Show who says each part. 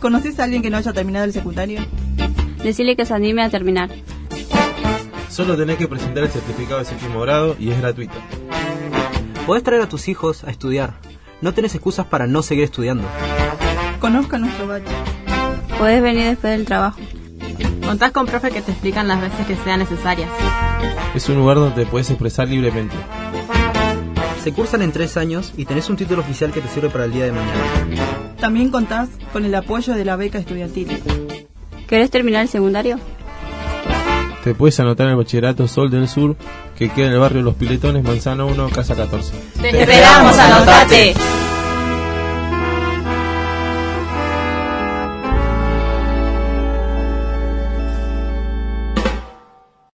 Speaker 1: ¿Conoces a alguien que no haya terminado el secundario?
Speaker 2: Decirle que se anime a terminar.
Speaker 3: Solo tenés que presentar el certificado de séptimo grado y es gratuito.
Speaker 4: Podés traer a tus hijos a estudiar. No tenés excusas para no seguir estudiando.
Speaker 1: Conozca nuestro bache.
Speaker 2: Podés venir después del trabajo.
Speaker 5: Contás con profe que te explican las veces que sean necesarias.
Speaker 3: Es un lugar donde te puedes expresar libremente.
Speaker 4: Se cursan en tres años y tenés un título oficial que te sirve para el día de mañana.
Speaker 1: También contás con el apoyo de la beca estudiantil.
Speaker 2: ¿Querés terminar el secundario?
Speaker 3: Te puedes anotar en el bachillerato Sol del Sur, que queda en el barrio Los Piletones, Manzano 1, Casa 14.
Speaker 5: ¡Te esperamos! ¡Anotate!